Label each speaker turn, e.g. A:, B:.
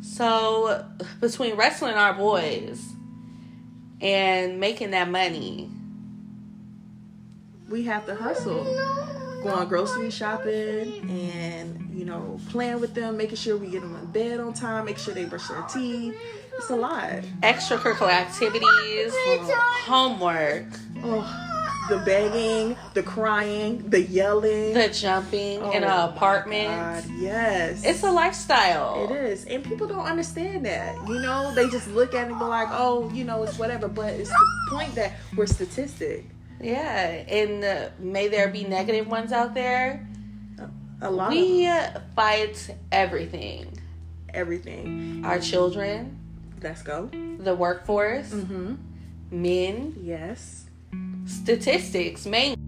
A: So between wrestling our boys and making that money,
B: we have to hustle. Going grocery shopping and, you know, playing with them, making sure we get them in bed on time, make sure they brush their teeth. It's a lot.
A: extracurricular activities, homework,
B: Oh, the begging, the crying, the yelling.
A: the jumping in an
B: Oh,
A: apartment.
B: God, yes.
A: It's a lifestyle.
B: It is. And people don't understand that. You know, they just look at it and go like, oh, you know, it's whatever. But it's the point that we're statistic.
A: Yeah, and uh, may there be negative ones out there.
B: A lot
A: We
B: of
A: uh, fight everything
B: everything.
A: our children,
B: Let's go.
A: the workforce,
B: Mm-hmm.
A: men,
B: Yes.
A: statistics, mainly.